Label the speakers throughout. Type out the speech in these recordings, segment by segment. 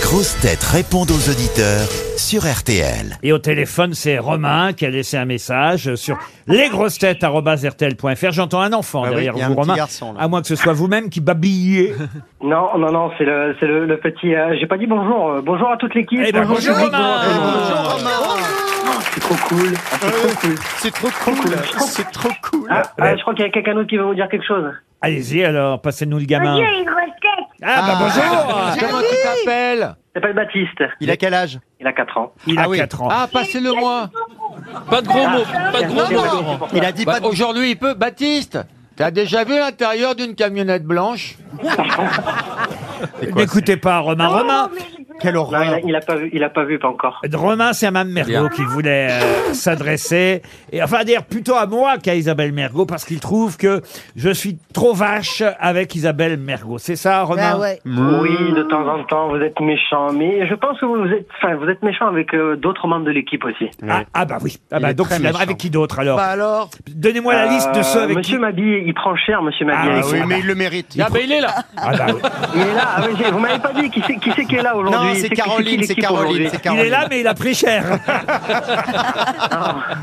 Speaker 1: grosses têtes répondent aux auditeurs sur RTL.
Speaker 2: Et au téléphone, c'est Romain qui a laissé un message sur lesgrossetêtes.rtl.fr. J'entends un enfant
Speaker 3: Ah oui,
Speaker 2: derrière
Speaker 3: il y a
Speaker 2: vous,
Speaker 3: un petit
Speaker 2: Romain.
Speaker 3: garçon, là.
Speaker 2: à moins que ce soit vous-même qui babilliez.
Speaker 4: Non, non, non, c'est le, c'est le, le petit. euh, J'ai pas dit bonjour. euh, bonjour à toute l'équipe. Ah,
Speaker 2: Eh ben, bonjour, Romain.
Speaker 3: Bonjour Euh, Romain
Speaker 4: C'est trop cool. Ah, c'est trop cool.
Speaker 3: C'est trop cool C'est trop cool
Speaker 4: Ah,
Speaker 2: Eh.
Speaker 4: ah, je crois qu'il y a quelqu'un d'autre qui veut vous dire quelque chose.
Speaker 2: Allez-y alors, passez-nous le gamin.
Speaker 5: les grosses têtes.
Speaker 2: Ah bah bonjour
Speaker 3: Comment tu t'appelles
Speaker 4: C'est pas le Baptiste.
Speaker 3: Il a quel âge
Speaker 4: Il a 4 ans.
Speaker 2: Il a
Speaker 3: Ah oui.
Speaker 2: 4 ans.
Speaker 6: Ah, passez-le moi. Pas de gros mots, pas de gros
Speaker 4: Merci,
Speaker 6: mots,
Speaker 4: merci
Speaker 6: Laurent.
Speaker 4: pour ça.
Speaker 3: Il a dit
Speaker 6: Bah,
Speaker 3: pas de...
Speaker 6: Aujourd'hui, il peut. Baptiste, t'as déjà vu l'intérieur d'une camionnette blanche
Speaker 2: N'écoutez pas Romain. Romain,
Speaker 3: Quelle
Speaker 4: Non, il a,
Speaker 3: horreur
Speaker 4: il a pas vu. Il a pas vu pas encore.
Speaker 2: Romain c'est à Mme Mergot
Speaker 6: Bien.
Speaker 2: qui voulait euh, s'adresser. Et enfin, dire plutôt à moi qu'à Isabelle Mergot parce qu'il trouve que je suis trop vache avec Isabelle Mergot. C'est ça, Romain
Speaker 4: Bah
Speaker 2: Mmh.
Speaker 4: Oui, de temps en temps, vous êtes méchant, mais je pense que vous êtes. Enfin, vous êtes méchant avec euh, d'autres membres de l'équipe aussi.
Speaker 2: Ah, ah bah oui. Ah
Speaker 3: Il
Speaker 2: bah
Speaker 3: est
Speaker 2: donc
Speaker 3: très
Speaker 2: il a-
Speaker 3: méchant.
Speaker 2: avec qui d'autre alors
Speaker 3: Bah alors
Speaker 2: Donnez-moi la liste de ceux
Speaker 4: Euh,
Speaker 2: avec
Speaker 4: Monsieur
Speaker 2: qui.
Speaker 4: Mabille, il prend cher, Monsieur Mabille.
Speaker 2: Ah,
Speaker 4: avec
Speaker 3: oui,
Speaker 4: moi.
Speaker 3: mais il le mérite. Il
Speaker 6: Ah, bah, il est là.
Speaker 2: Ah bah oui.
Speaker 4: Il est là. Ah, oui, j'ai- vous m'avez pas dit qui c'est qui, c'est qui est là
Speaker 3: prend-
Speaker 4: aujourd'hui.
Speaker 3: Non, c'est
Speaker 4: qui- qui
Speaker 3: Caroline, c'est
Speaker 4: l'équipe
Speaker 3: Caroline,
Speaker 4: aujourd'hui
Speaker 3: c'est
Speaker 2: Il
Speaker 3: Caroline.
Speaker 2: est là, mais il a pris cher.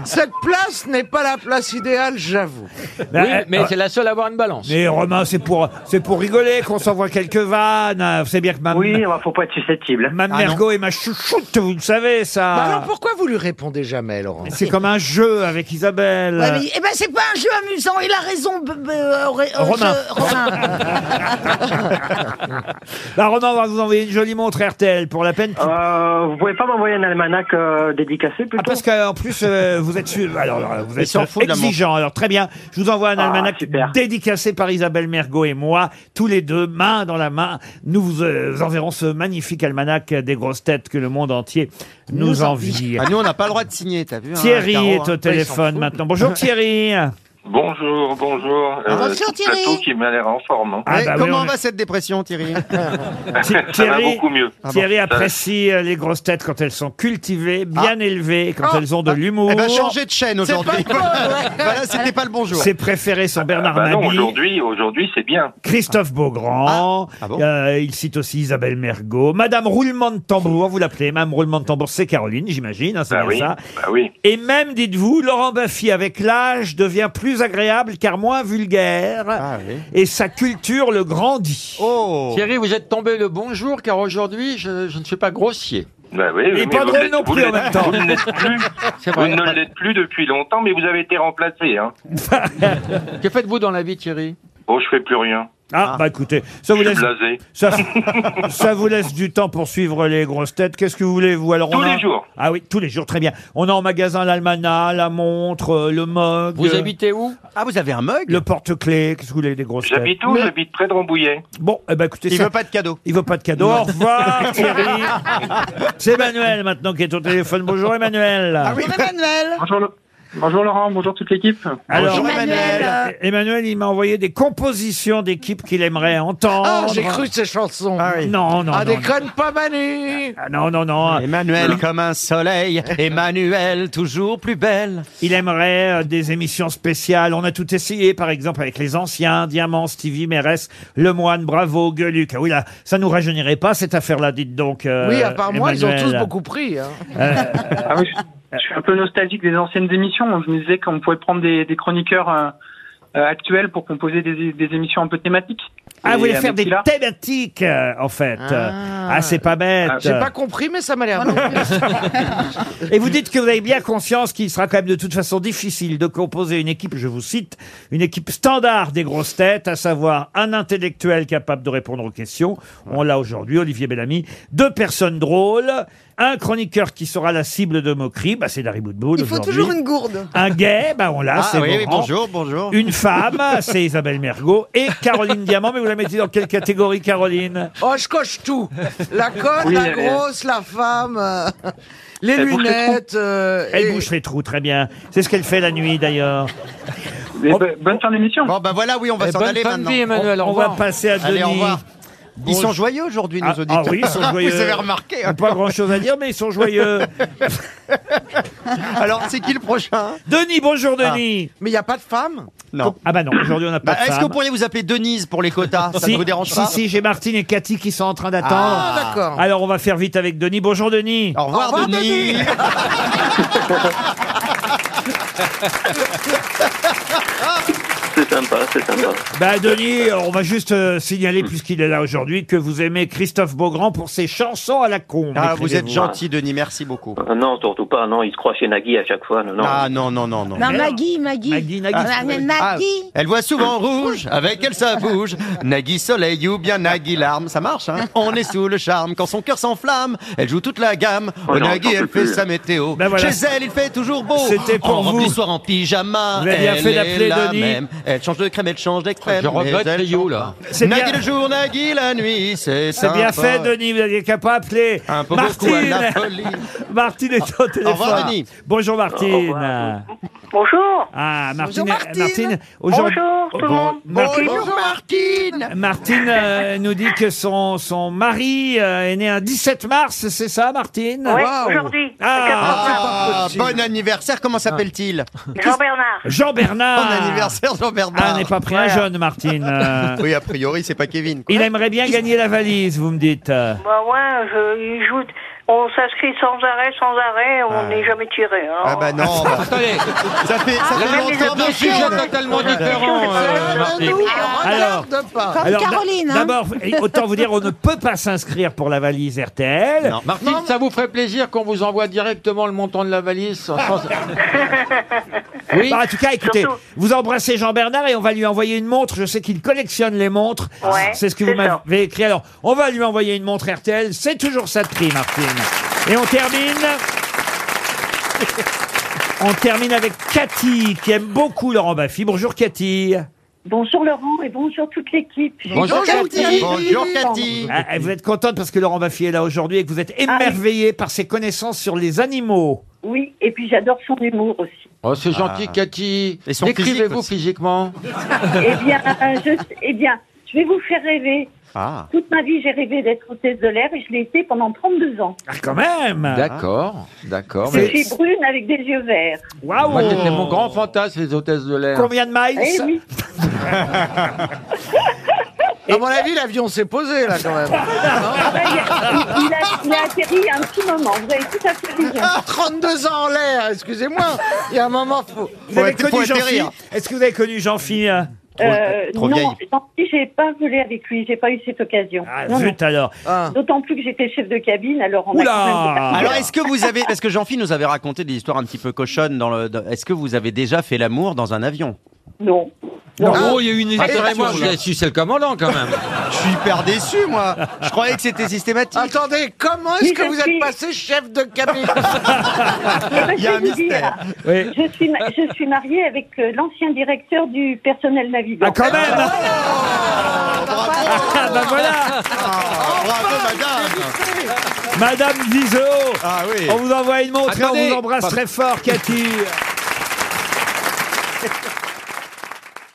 Speaker 7: Cette place n'est pas la place idéale, j'avoue.
Speaker 6: Oui,
Speaker 2: Euh,
Speaker 6: mais c'est la seule à avoir une balance.
Speaker 2: Mais Romain, c'est pour, c'est pour rigoler qu'on s'envoie quelques vannes. C'est bien que ma,
Speaker 4: Oui, bah, faut pas être susceptible.
Speaker 2: ma mergo est ma chouchoute, vous le savez,
Speaker 7: Bah
Speaker 2: ça.
Speaker 7: alors pourquoi vous lui répondez jamais, Laurent
Speaker 2: c'est comme un jeu avec Isabelle.
Speaker 6: euh,
Speaker 8: Ouais, mais- eh ben c'est pas un jeu amusant. Il a raison, b- b- euh, ré- euh,
Speaker 2: Romain.
Speaker 8: je- Romain.
Speaker 2: Bah, Romain, on va vous envoyer une jolie montre RTL pour la peine.
Speaker 4: Euh, vous pouvez pas m'envoyer un almanach euh, dédicacé
Speaker 2: Ah,
Speaker 4: plutôt
Speaker 2: parce qu'en plus, euh, vous êtes, su- alors, alors, vous
Speaker 3: Il
Speaker 2: êtes
Speaker 3: s'en fout de la
Speaker 2: exigeant. Alors, très bien. Je vous envoie un
Speaker 4: Ah,
Speaker 2: almanach
Speaker 4: super.
Speaker 2: dédicacé par Isabelle Mergot et moi, tous les deux, main dans la main. Nous vous euh, enverrons ce magnifique almanach des grosses têtes que le monde entier nous, envie. Ah,
Speaker 3: Ah, nous, on n'a pas le droit de signer, t'as vu hein,
Speaker 2: Thierry
Speaker 3: Caro, hein.
Speaker 2: est
Speaker 3: Ouais,
Speaker 2: au
Speaker 3: il s'en
Speaker 2: téléphone
Speaker 3: fout.
Speaker 2: maintenant. Bonjour Thierry. Ah
Speaker 9: Bonjour, bonjour.
Speaker 8: Bonjour,
Speaker 9: tout le
Speaker 8: Thierry.
Speaker 9: plateau qui m'a l'air en forme. hein.
Speaker 3: Ouais,
Speaker 2: bah oui,
Speaker 3: comment
Speaker 2: on est-
Speaker 3: va cette dépression, Thierry Eh
Speaker 2: Thi-
Speaker 9: Ça va
Speaker 2: Thierry, Ah,
Speaker 9: beaucoup mieux.
Speaker 3: Ah
Speaker 2: Thierry apprécie euh, les grosses têtes quand elles sont cultivées, bien
Speaker 3: Ah.
Speaker 2: élevées, quand elles ont de l'humour.
Speaker 3: Elle va changer Eh ben, de chaîne aujourd'hui. voilà, c'était pas le bonjour.
Speaker 2: Ses préférés sont
Speaker 3: Ah
Speaker 2: Bernard
Speaker 9: Bah non,
Speaker 2: Mabille,
Speaker 9: aujourd'hui, aujourd'hui, c'est bien.
Speaker 2: Christophe Beaugrand,
Speaker 3: Ah. Ah bon
Speaker 2: euh, il cite aussi Isabelle Mergot, Madame Roulement de Tambour, vous l'appelez Madame Roulement de Tambour, c'est Caroline, j'imagine, hein, c'est
Speaker 9: Bah
Speaker 2: bien
Speaker 9: oui,
Speaker 2: ça.
Speaker 9: bah oui.
Speaker 2: Et même, dites-vous, Laurent Baffy, avec l'âge, devient plus agréable car moins vulgaire,
Speaker 3: Ah oui.
Speaker 2: et sa culture le grandit.
Speaker 3: Oh
Speaker 6: Thierry, vous êtes tombé le bon jour car aujourd'hui, je, je ne suis pas grossier.
Speaker 9: Bah oui.
Speaker 2: Et
Speaker 9: mais
Speaker 2: pas
Speaker 9: vous
Speaker 2: drôle
Speaker 9: l'êtes-
Speaker 2: non
Speaker 9: vous
Speaker 2: plus en
Speaker 9: l'êtes-
Speaker 2: même temps.
Speaker 9: Vous ne l'êtes plus.
Speaker 6: C'est
Speaker 9: Vous
Speaker 6: vrai.
Speaker 9: ne l'êtes plus depuis longtemps, mais vous avez été remplacé. Hein.
Speaker 6: Que faites-vous dans la vie, Thierry
Speaker 9: Oh, je fais plus rien.
Speaker 2: Ah, bah écoutez, ça vous
Speaker 9: Je suis
Speaker 2: laisse...
Speaker 9: blasé.
Speaker 2: Ça, ça vous laisse du temps pour suivre les grosses têtes. Qu'est-ce que vous voulez, vous alors on
Speaker 9: Tous
Speaker 2: a-
Speaker 9: les jours.
Speaker 2: Ah oui, tous les jours, très bien. On a en magasin l'almanach, la montre, euh, le mug,
Speaker 6: Vous
Speaker 2: euh,
Speaker 6: habitez où
Speaker 3: Ah, vous avez un mug
Speaker 2: le porte-clés. Qu'est-ce que vous voulez, des grosses têtes
Speaker 9: J'habite où J'habite près de Rambouillet.
Speaker 2: Bon, eh ben écoutez,
Speaker 3: Il
Speaker 2: ça-
Speaker 3: veut pas de cadeau.
Speaker 2: il veut pas de cadeau. Au revoir, Thierry. C'est Emmanuel maintenant qui est au téléphone. Bonjour, Emmanuel.
Speaker 7: Ah
Speaker 8: Bonjour, Emmanuel.
Speaker 3: Ah,
Speaker 4: Bonjour, bonjour Laurent, bonjour toute l'équipe.
Speaker 2: Alors,
Speaker 3: Bonjour,
Speaker 8: Emmanuel.
Speaker 2: Emmanuel, Emmanuel, il m'a envoyé des compositions d'équipes qu'il aimerait entendre.
Speaker 7: Ah, j'ai cru ces chansons. Ah,
Speaker 2: Non, non, non.
Speaker 7: déconne pas, Manu
Speaker 2: Ah, non, non, non.
Speaker 3: Emmanuel comme un soleil, Emmanuel toujours plus belle.
Speaker 2: Il aimerait euh, des émissions spéciales. On a tout essayé, par exemple, avec les anciens, Diamant, Stevie, Mérès, Lemoine, Bravo, Gueluc. Ah oui, là, ça nous rajeunirait pas, cette affaire-là, dites donc. euh,
Speaker 7: Oui, à part moi, ils ont tous
Speaker 2: Emmanuel.
Speaker 7: beaucoup pris. hein.
Speaker 4: Ah oui, je, je suis un peu nostalgique des anciennes émissions. Je me disais qu'on pouvait prendre des, des chroniqueurs euh, euh, actuels pour composer des, des émissions un peu thématiques.
Speaker 2: Ah,
Speaker 4: Et
Speaker 2: vous voulez
Speaker 4: avec
Speaker 7: hein.
Speaker 2: faire des
Speaker 4: qui, là
Speaker 2: thématiques, euh, en fait. Ah, c'est pas bête.
Speaker 4: Ah,
Speaker 7: J'ai pas compris, mais ça m'a l'air bon.
Speaker 2: Et vous dites que vous avez bien conscience qu'il sera quand même de toute façon difficile de composer une équipe, je vous cite, une équipe standard des grosses têtes, à savoir un intellectuel capable de répondre aux questions, on l'a aujourd'hui, Olivier Bellamy, deux personnes drôles, un chroniqueur qui sera la cible de moquerie, bah c'est Dari Boudboul
Speaker 8: Il faut
Speaker 2: aujourd'hui,
Speaker 8: toujours une gourde.
Speaker 2: un gay, bah on l'a,
Speaker 3: Ah,
Speaker 2: c'est
Speaker 3: oui, oui,
Speaker 2: Laurent.
Speaker 3: bonjour, bonjour.
Speaker 2: Une femme, c'est Isabelle Mergot, et Caroline Diamant, mais vous la mettez dans quelle catégorie, Caroline
Speaker 7: Oh, je coche tout. La cote,
Speaker 4: Oui,
Speaker 7: la
Speaker 3: euh,
Speaker 4: elle est-
Speaker 7: grosse, la femme, euh, les
Speaker 4: Elle bouge les
Speaker 7: lunettes. euh,
Speaker 2: Elle
Speaker 7: et-
Speaker 2: bouche les trous, très bien. C'est ce qu'elle fait la nuit, d'ailleurs. Oh.
Speaker 4: Mais bo- Bonne fin d'émission.
Speaker 3: Bon, ben voilà, oui, on va
Speaker 6: Eh,
Speaker 3: s'en
Speaker 6: Bonne
Speaker 3: aller
Speaker 6: fin de
Speaker 3: maintenant.
Speaker 6: vie, Emmanuel. Euh, au
Speaker 2: On va
Speaker 6: revoir.
Speaker 2: passer à
Speaker 3: Allez, au
Speaker 2: Denis.
Speaker 3: revoir. Ils sont joyeux aujourd'hui, nos
Speaker 2: Ah,
Speaker 3: auditeurs.
Speaker 2: ah oui, ils sont joyeux. Bah,
Speaker 3: Vous avez remarqué. hein.
Speaker 2: Ils n'ont Pas grand chose à dire, mais ils sont joyeux.
Speaker 3: Alors, c'est qui le prochain
Speaker 2: Denis, bonjour Denis.
Speaker 7: Mais il n'y a pas de femme
Speaker 3: Non.
Speaker 2: Ah, bah non, aujourd'hui on n'a pas
Speaker 3: Ah. Bah,
Speaker 2: de
Speaker 3: Est-ce
Speaker 2: femme.
Speaker 3: que vous pourriez vous appeler Denise pour les quotas Ça
Speaker 2: Si,
Speaker 3: ne vous dérange
Speaker 2: si,
Speaker 3: pas
Speaker 2: Si, j'ai Martine et Cathy qui sont en train d'attendre.
Speaker 3: Ah, Oh.
Speaker 7: d'accord.
Speaker 2: Alors on va faire vite avec Denis. Bonjour Denis.
Speaker 3: Au revoir,
Speaker 7: Au revoir,
Speaker 3: Denis.
Speaker 9: C'est sympa, c'est sympa.
Speaker 2: Bah Denis, on va juste euh, signaler puisqu'il est là aujourd'hui que vous aimez Christophe Beaugrand pour ses chansons à la con.
Speaker 3: Ah, vous êtes
Speaker 2: écrivez-vous.
Speaker 3: gentil, Denis. Merci beaucoup.
Speaker 9: Ah non, surtout pas, non, il se croit chez Nagui à chaque fois, non, non.
Speaker 3: Ah non, non, non, non.
Speaker 8: Non, Maggie, ben, Maggie.
Speaker 2: Maggie, Nagui.
Speaker 8: Ah, mais Maggie.
Speaker 3: Elle voit souvent rouge, avec elle ça bouge. Nagui soleil ou bien Nagui larme, ça marche, hein On est sous le charme, quand son cœur s'enflamme, elle joue toute la gamme.
Speaker 9: Oh
Speaker 3: Au
Speaker 9: non,
Speaker 3: Nagui,
Speaker 9: j'en
Speaker 3: elle
Speaker 9: peux
Speaker 3: fait
Speaker 9: plus.
Speaker 3: sa météo.
Speaker 2: Ben voilà.
Speaker 3: Chez elle, il fait toujours beau.
Speaker 2: C'était pour
Speaker 3: en robe
Speaker 2: vous.
Speaker 3: du soir en pyjama.
Speaker 2: Vous avez bien
Speaker 3: elle
Speaker 2: fait
Speaker 3: est
Speaker 2: d'appeler
Speaker 3: la
Speaker 2: Denis.
Speaker 3: même. Elle change de crème, elle change d'extrême. mais
Speaker 6: Je regrette
Speaker 3: elle
Speaker 6: Rio,
Speaker 3: change
Speaker 6: là.
Speaker 3: pas.
Speaker 2: C'est
Speaker 3: Nagui
Speaker 2: bien-
Speaker 3: le jour, Nagui la nuit, c'est
Speaker 2: C'est bien
Speaker 3: sympa.
Speaker 2: fait Denis, vous n'aviez qu'à pas appeler.
Speaker 3: Un peu
Speaker 2: Martine.
Speaker 3: beaucoup à la folie.
Speaker 2: Martine est au téléphone.
Speaker 3: revoir, Denis.
Speaker 2: Bonjour Martine.
Speaker 9: Au revoir. Bonjour.
Speaker 2: Ah Martine,
Speaker 7: Bonjour, Martine.
Speaker 2: aujourd'hui-
Speaker 9: tout le monde.
Speaker 2: Martine,
Speaker 7: Bonjour Martine
Speaker 2: Martine, euh, nous dit que son, son mari euh, est né un 17 mars, c'est ça Martine
Speaker 5: Ouais,
Speaker 7: Waouh.
Speaker 5: aujourd'hui.
Speaker 2: Ah.
Speaker 3: Ah, bon anniversaire, comment s'appelle-t-il
Speaker 8: Ah.
Speaker 5: Jean-Bernard.
Speaker 3: Bon
Speaker 2: Jean-Bernard
Speaker 3: anniversaire,
Speaker 2: Ah,
Speaker 3: Jean-Bernard.
Speaker 2: n'est pas pris un jeune, Martine. Euh,
Speaker 3: Oui, a priori, c'est pas Kevin. quoi.
Speaker 2: il aimerait bien gagner la valise, vous me dites. Euh,
Speaker 5: Bah ouais, je, il joue- on s'inscrit sans arrêt, sans arrêt,
Speaker 8: Ah.
Speaker 5: on n'est jamais tiré. hein.
Speaker 3: Ah bah non, bah,
Speaker 6: Attendez,
Speaker 3: ça fait, ça fait
Speaker 5: même les
Speaker 3: longtemps
Speaker 5: autres
Speaker 6: un
Speaker 3: que
Speaker 5: aussi,
Speaker 6: sujet
Speaker 3: je
Speaker 6: totalement différent,
Speaker 8: Ah,
Speaker 6: euh, Martine.
Speaker 2: Alors-
Speaker 7: Regarde pas
Speaker 8: Comme
Speaker 2: d'a-
Speaker 8: Caroline, hein.
Speaker 2: D'abord, autant vous dire, on ne peut pas s'inscrire pour la valise RTL.
Speaker 3: Non.
Speaker 6: Martine, ça vous ferait plaisir qu'on vous envoie directement le montant de la valise sans- sans- Oui,
Speaker 2: Bah, en tout cas, écoutez,
Speaker 5: Surtout.
Speaker 2: vous embrassez Jean-Bernard et on va lui envoyer une montre. Je sais qu'il collectionne les montres.
Speaker 5: Ouais,
Speaker 2: c'est ce que
Speaker 5: c'est
Speaker 2: vous
Speaker 5: ça.
Speaker 2: m'avez écrit. Alors, on va lui envoyer une montre RTL. C'est toujours ça de prix, Martine. Et on termine. On termine avec Cathy, qui aime beaucoup Laurent Baffy. Bonjour Cathy.
Speaker 5: Bonjour Laurent et bonjour toute l'équipe. J'ai
Speaker 6: Bonjour,
Speaker 5: donc
Speaker 6: Cathy.
Speaker 5: hâte de-
Speaker 3: Bonjour Cathy.
Speaker 2: Ah, ah, vous êtes contente parce que Laurent Baffy est là aujourd'hui et que vous êtes émerveillée par ses connaissances sur les animaux.
Speaker 5: Oui, et puis j'adore son humour aussi.
Speaker 6: Oh, c'est gentil, Cathy.
Speaker 3: Et son physique
Speaker 6: Décrivez-vous
Speaker 3: aussi.
Speaker 6: physiquement.
Speaker 5: eh, bien, euh, je, eh bien, je vais vous faire rêver.
Speaker 3: Ah,
Speaker 5: Toute ma vie, j'ai rêvé d'être hôtesse de l'air et je l'ai été pendant 32 ans.
Speaker 2: Ah, quand même
Speaker 6: D'accord, d'accord.
Speaker 5: Je
Speaker 2: C'est-
Speaker 6: Ah, mais-
Speaker 5: suis brune avec des yeux verts.
Speaker 6: Moi, c'était
Speaker 2: Waouh
Speaker 6: mon grand fantasme, les hôtesses de l'air.
Speaker 2: Combien de miles
Speaker 5: Eh oui.
Speaker 7: À mon avis, l'avion s'est posé là quand même.
Speaker 5: Ah ben, il, a, il- il a- il a atterri un petit moment. Vous avez tout à fait raison.
Speaker 7: 32 Ah, ans en l'air, excusez-moi. Il y a un moment fou.
Speaker 2: Vous avez
Speaker 3: Faut être- faut
Speaker 2: connu Jean-Phi
Speaker 3: atterrir.
Speaker 2: Est-ce que vous avez connu Jean-Phi euh
Speaker 5: Euh,
Speaker 3: trop
Speaker 5: non,
Speaker 3: vieille.
Speaker 5: tant pis, j'ai pas volé avec lui, j'ai pas eu cette occasion.
Speaker 2: Ah
Speaker 5: Non,
Speaker 2: zut alors
Speaker 7: Ah.
Speaker 5: non. D'autant plus que j'étais chef de cabine, alors on
Speaker 2: Oula
Speaker 5: a quand même-
Speaker 3: Ah. alors est-ce que vous avez, parce que Jean-Phil nous avait raconté des histoires un petit peu cochonnes dans le, dans- est-ce que vous avez déjà fait l'amour dans un avion
Speaker 5: Non.
Speaker 7: Ah.
Speaker 2: Non.
Speaker 6: il y a eu une moi j'ai su, c'est le commandant quand même.
Speaker 3: Je suis hyper déçu moi. Je croyais que c'était systématique.
Speaker 7: Attendez, comment est-ce
Speaker 5: Mais
Speaker 7: que
Speaker 5: je
Speaker 7: vous
Speaker 5: suis-
Speaker 7: êtes passé chef de cabine
Speaker 5: Eh ben,
Speaker 3: Il y a
Speaker 5: je
Speaker 3: un
Speaker 5: vais vous dire,
Speaker 3: mystère.
Speaker 2: Oui.
Speaker 5: ah, je suis, ma- je suis mariée avec euh, l'ancien directeur du personnel navigant.
Speaker 2: Ah quand même Ah bah voilà
Speaker 3: Ah, bravo madame.
Speaker 2: Madame Dizot
Speaker 3: Ah oui.
Speaker 2: On vous envoie une montre et on
Speaker 6: Attendez.
Speaker 2: vous embrasse très fort Cathy